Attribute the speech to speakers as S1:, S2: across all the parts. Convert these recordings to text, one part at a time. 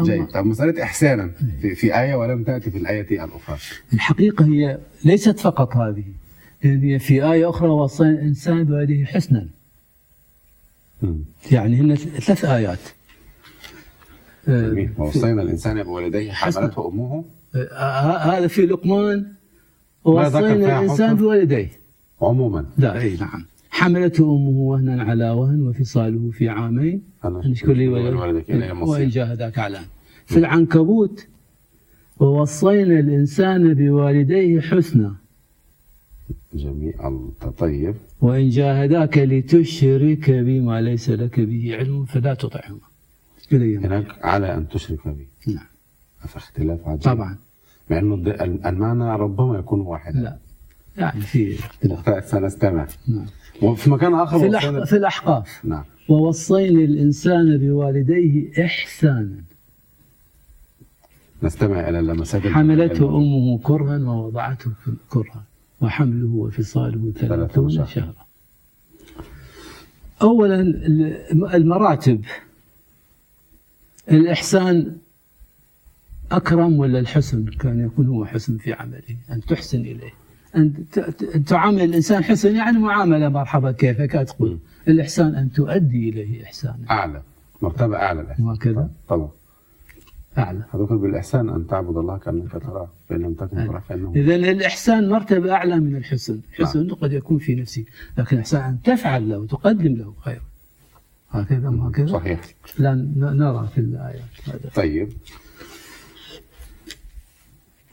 S1: جيد طب مسألة إحسانا
S2: أيوة.
S1: في, في آية ولم تأتي في الآية الأخرى
S2: الحقيقة هي ليست فقط هذه هي في آية أخرى وصينا الإنسان بوالده حسنا
S1: مم.
S2: يعني هن ثلاث آيات
S1: جميل. ووصينا الإنسان بوالديه حملته أمه
S2: آه، هذا في لقمان
S1: ذكر فيها
S2: وصينا
S1: حسناً؟
S2: الإنسان بوالديه
S1: عموما
S2: لا أي نعم حملته أمه وهنا على وهن وفصاله في عامين
S1: أنا
S2: أن اشكر لي
S1: ولولدك إلي المصير.
S2: وإن جاهداك على أن- في العنكبوت ووصينا الإنسان بوالديه حسنا
S1: جميل الله طيب
S2: وإن جاهداك لتشرك بما ليس لك به علم فلا تطعهما إلينا
S1: هناك على أن تشرك به
S2: نعم
S1: فاختلاف عجيب
S2: طبعا
S1: مع أنه الد- المعنى ربما يكون واحدا
S2: لا يعني في اختلاف
S1: سنستمع
S2: نعم.
S1: وفي مكان آخر
S2: في,
S1: وصينا-
S2: الأح- في الأحقاف
S1: نعم
S2: ووصينا الإنسان بوالديه إحسانا
S1: نستمع إلى اللمسات
S2: حملته أمه كرها ووضعته كرها وحمله وفصاله ثلاثون شهرا أولا ال- المراتب الإحسان أكرم ولا الحسن كان يقول هو حسن في عمله أن تحسن إليه أن ت- ت- تعامل الإنسان حسن يعني معاملة مرحبا كيفك تقول الإحسان أن تؤدي إليه إحسانا
S1: أعلى مرتبة أعلى الإحسان.
S2: وهكذا
S1: طبعا
S2: أعلى
S1: حضرتك بالإحسان أن تعبد الله كأنك تراه فإن لم تكن تراه فإنه
S2: إذا الإحسان مرتبة أعلى من الحسن الحسن
S1: نعم.
S2: قد يكون في نفسك لكن الإحسان أن تفعل له وتقدم له خيرا هكذا ما هكذا
S1: صحيح
S2: لا ن- نرى في الآيات هذا
S1: طيب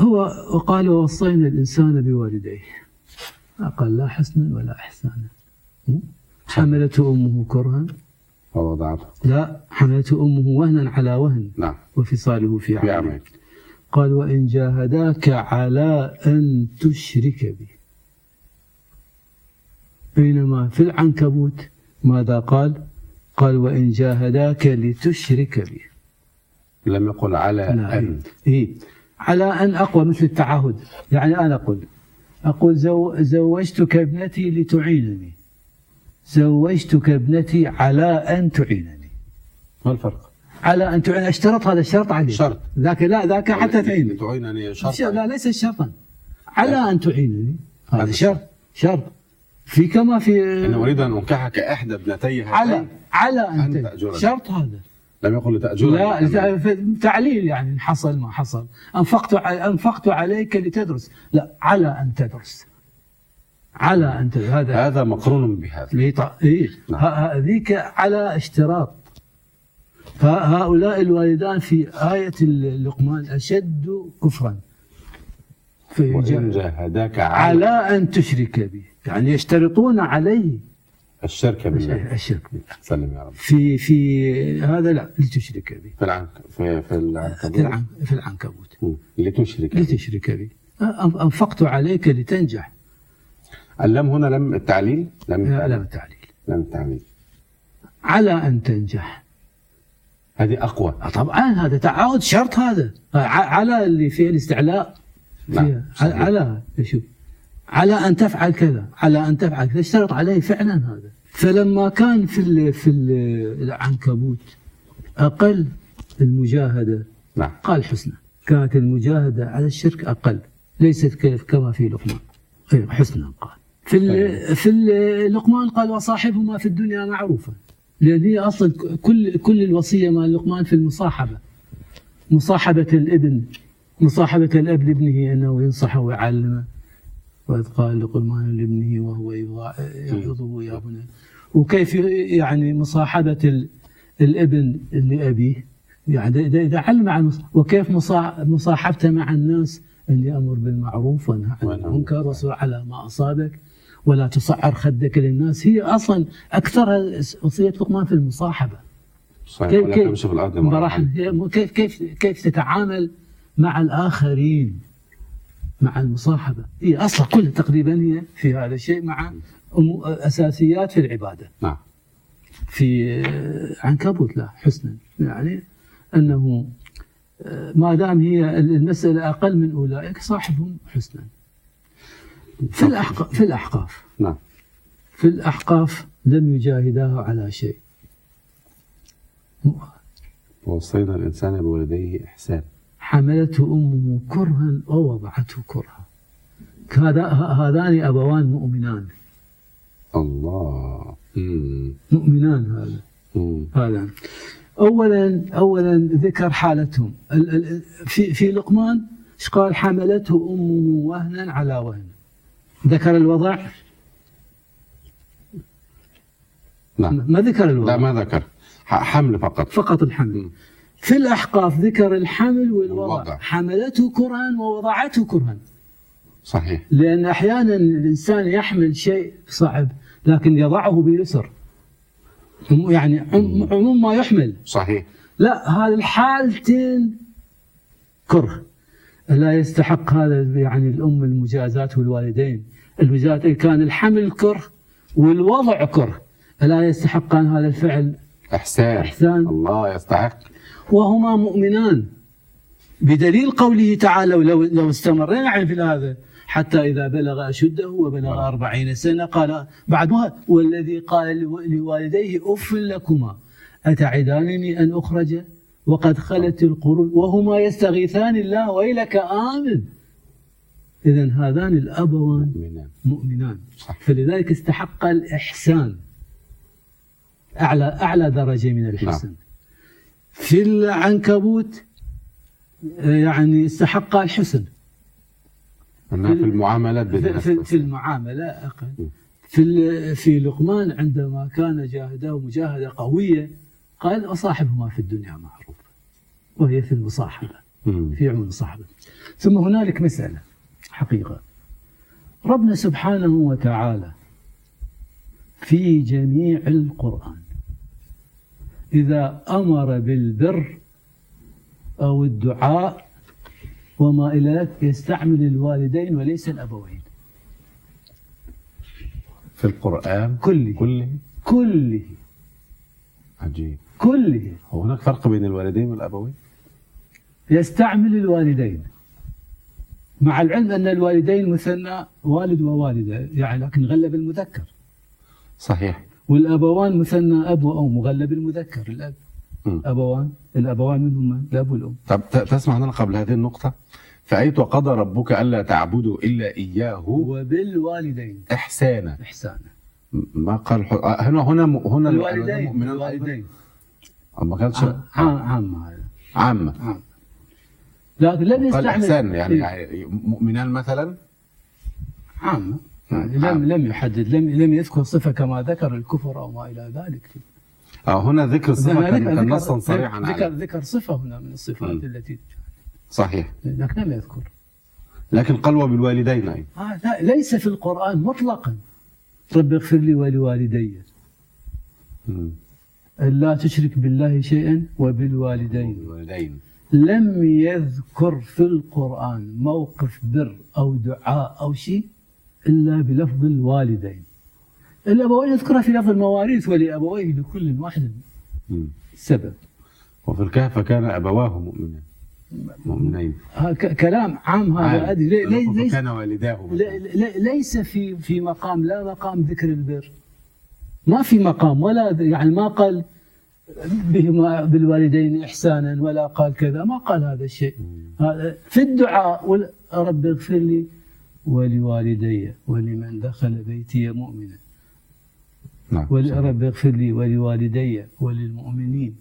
S2: هو وقال ووصينا الإنسان بوالديه أقل لا حسنا ولا إحسانا م? حملته أمه كرها
S1: ووضعته
S2: لا حملته أمه وهنا على وهن
S1: نعم
S2: وفصاله في
S1: في
S2: عامين
S1: عمل
S2: قال وإن جاهداك على أن تشرك بي بينما في العنكبوت ماذا قال قال وإن جاهداك لتشرك بي
S1: لم يقل على
S2: لا،
S1: أن
S2: إيه على أن أقوى مثل التعهد يعني أنا أقول أقول زو زوجتك ابنتي لتعينني زوجتك ابنتي على أن تعينني
S1: ما الفرق؟
S2: على أن تعين اشترط هذا الشرط عليك
S1: شرط.
S2: ذاك لا ذاك حتى تعينني
S1: تعينني
S2: شرط
S1: شرطا
S2: لا ليس شرطا على ان تعينني هذا
S1: هذا
S2: شرط شرط في كما في
S1: أنا أريد أن أنكحك إحدى ابنتي هاتين.
S2: على على ان
S1: أن
S2: ت-
S1: تأجرني.
S2: شرط هذا
S1: لم يقل لتأجرني
S2: لا
S1: أنا-
S2: لت- تعليل يعني إن حصل ما حصل انفقت ع- انفقت عليك لتدرس لا على ان تدرس على ان تدرس هذا
S1: هذا مقرون بهذا
S2: ليط- إيه.
S1: نعم.
S2: ه- هذيك على اشتراط فهؤلاء الوالدان في آية لقمان أشد كفرا في
S1: وإن
S2: جا-
S1: جاهداك على
S2: على أن تشرك به يعني يشترطون عليه
S1: الشرك بالله
S2: الشرك بالله.
S1: سلم يا رب
S2: في في هذا لا لتشرك به
S1: في العنك في في
S2: في
S1: العنكبوت
S2: العن- في العنكبوت
S1: مم. لتشرك
S2: لتشرك به أن- أنفقت عليك لتنجح
S1: اللام هنا لم التعليل لم
S2: لا لا
S1: التعليل
S2: تعليل
S1: لم التعليل
S2: على أن تنجح
S1: هذه أقوى
S2: طبعا هذا تعاقد شرط هذا ع- على اللي فيه الاستعلاء
S1: نعم،
S2: فيها. ع-
S1: صحيح.
S2: على شوف على ان تفعل كذا على ان تفعل كذا اشترط عليه فعلا هذا فلما كان في ال في ال العنكبوت اقل المجاهده
S1: نعم
S2: قال حسنى كانت المجاهده على الشرك اقل ليست كيف كما في لقمان أيوة، حسنى قال في ال في ال- لقمان قال وصاحبهما في الدنيا معروفا لان هي اصلا كل كل الوصيه مال لقمان في المصاحبه مصاحبه الابن مصاحبه الاب لابنه انه ينصحه ويعلمه واذ قال لقمان لابنه وهو يغا- يعظه يا بني وكيف يعني مصاحبه ال- الابن لابيه يعني اذا إذا علم عن وكيف مصا- مصاحبته مع الناس اني امر بالمعروف وانهى عن
S1: وأنهى عن
S2: المنكر واصبر على ما اصابك ولا تصعر خدك للناس هي اصلا اكثرها وصيه لقمان في المصاحبه
S1: صحيح
S2: كيف
S1: ولا
S2: كيف
S1: تمشي في الأرض
S2: براحة
S1: مرحا
S2: كيف كيف كيف تتعامل مع الآخرين مع المصاحبة هي أصلا كلها تقريبا هي في هذا الشيء مع أم- أساسيات في العبادة
S1: نعم
S2: في آه، عنكبوت لا حسنا يعني أنه آه، ما دام هي المسألة أقل من أولئك صاحبهم حسنا في الأحقاف في الأحقاف
S1: نعم
S2: في الأحقاف لم يجاهداه على شيء
S3: ووصينا الإنسان بوالديه إحسانا
S2: حملته أمه كرها ووضعته كرها هذا هذان أبوان مؤمنان
S3: الله مم.
S2: مؤمنان هذا
S3: مم.
S2: هذا أولا أولا ذكر حالتهم ال- ال- في في لقمان ايش قال حملته أمه وهنا على وهن ذكر الوضع
S3: نعم
S2: ما ذكر
S3: لا
S2: الوضع
S3: ما ذكر ح- حمل فقط
S2: فقط الحمل
S3: مم.
S2: في الأحقاف ذكر الحمل والوضع
S3: والوضع.
S2: حملته كرها ووضعته كرها
S3: صحيح
S2: لأن أحيانا الإنسان يحمل شيء صعب لكن يضعه بيسر عم- يعني عم- عموم ما يحمل
S3: صحيح
S2: لا هذه الحالتين كره لا يستحق هذا يعني الأم المجازات والوالدين المجازات إن كان الحمل كره والوضع كره لا يستحقان هذا الفعل
S3: إحسان
S2: إحسان.
S3: الله يستحق
S2: وهما مؤمنان بدليل قوله تعالى لو, لو استمرينا على في هذا حتى إذا بلغ أشده وبلغ أربعين سنة قال بعدها والذي قال لو- لوالديه أف لكما أتعدانني أن أخرج وقد خلت القرون وهما يستغيثان الله ويلك آمن إذا هذان الأبوان
S3: مؤمنان
S2: مؤمنان
S3: صح.
S2: فلذلك استحق الإحسان أعلى أعلى درجة من الحسن
S3: نعم.
S2: في العنكبوت آه، يعني استحق الحسن
S3: أنها في المعاملات
S2: في, في, في
S3: بالنسبة
S2: المعاملة أقل
S3: م.
S2: في ال- في لقمان عندما كان جاهده مجاهدة قوية قال أصاحبهما في الدنيا معروف وهي في المصاحبة
S3: مم.
S2: في عون صاحبه ثم هنالك مسألة حقيقة ربنا سبحانه وتعالى في جميع القرآن إذا أمر بالبر أو الدعاء وما إلى ذلك يستعمل الوالدين وليس الأبوين
S1: في القران
S2: كله
S3: كله
S2: كله
S3: عجيب
S2: كله
S3: هو هناك فرق بين الوالدين والأبوين
S2: يستعمل الوالدين مع العلم أن الوالدين مثنى والد ووالدة يعني لكن غلب المذكر
S3: صحيح
S2: والابوان مثنى اب وام مغلب المذكر الاب
S3: مم.
S2: ابوان الابوان منهما الاب والام
S1: طب ت- تسمع لنا قبل هذه النقطه فأيت وقضى ربك ألا تعبدوا إلا إياه
S2: وبالوالدين
S1: إحسانا
S2: احسانا
S3: ما قال ح- هنا هنا م- هنا
S2: الوالدين
S3: مؤمنان
S2: الوالدين
S3: أيضاً؟ ما كانش
S2: عام عام هذا
S3: عامة
S2: عام لكن لم
S3: قال
S2: يستعمل
S3: إحسان يعني,
S2: إيه،
S3: يعني مؤمنان مثلا
S2: عام يعني
S3: عام.
S2: لم لم يحدد لم لم يذكر صفه كما ذكر الكفر او ما الى ذلك
S3: آه هنا ذكر الصفة كان
S2: ذكر-
S3: كان نصا
S2: ذكر-
S3: صريحا
S2: ذكر
S3: عليه
S2: ذكر صفه هنا من الصفات التي
S3: صحيح
S2: لكن لم يذكر
S3: لكن قال وبالوالدين أيضا
S2: آه لا ليس في القران مطلقا رب اغفر لي ولوالدي
S3: مم.
S2: لا تشرك بالله شيئا وبالوالدين
S3: بالوالدين
S2: لم يذكر في القرآن موقف بر أو دعاء أو شيء إلا بلفظ الوالدين الأبوين يذكرها في لفظ المواريث ولأبويه لكل واحد
S3: مم.
S2: سبب
S3: وفي الكهف كان أبواه مؤمنين مؤمنين
S2: ها ك- كلام عام هذا أدري آه، لي- لي-
S3: ليس
S2: ليس
S3: كان والداه
S2: لي- لي- ليس في في مقام لا مقام ذكر البر ما في مقام ولا ذ- يعني ما قال بهما بالوالدين إحسانا ولا قال كذا ما قال هذا الشيء هذا في الدعاء وال- رب اغفر لي ولوالدي ولمن دخل بيتي مؤمنا
S3: نعم
S2: ول-
S3: صحيح.
S2: رب اغفر لي ولوالدي وللمؤمنين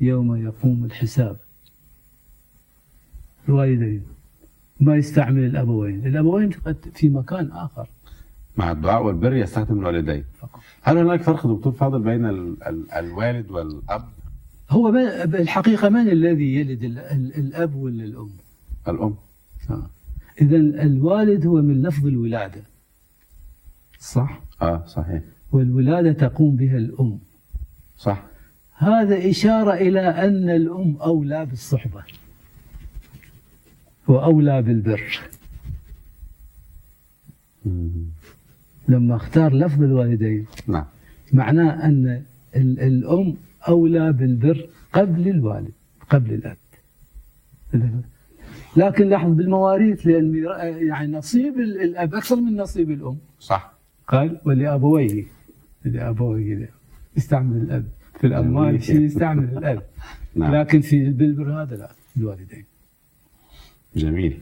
S2: يوم يقوم الحساب الوالدين ما يستعمل الأبوين الأبوين قد في مكان آخر
S3: مع الدعاء والبر يستخدم الوالدين
S2: فقط.
S3: هل هناك فرق دكتور فاضل بين ال... ال... الوالد والأب
S2: هو ما- بالحقيقة من الذي يلد ال- ال- الأب ولا الأم
S3: الأم
S2: إذا الوالد هو من لفظ الولادة صح
S3: اه صحيح
S2: والولادة تقوم بها الأم
S3: صح
S2: هذا إشارة إلى أن الأم أولى بالصحبة وأولى بالبر
S3: مم.
S2: لما اختار لفظ الوالدين
S3: نعم
S2: معناه أن ال- الأم أولى بالبر قبل الوالد قبل الأب لكن لاحظ بالمواريث لأن ميرا- يعني نصيب ال- الأب أكثر من نصيب الأم
S3: صح
S2: قال ولأبويه لأبويه يستعمل الأب في الأموال شيء يستعمل الأب
S1: نعم.
S2: لكن في البر هذا لا الوالدين
S1: جميل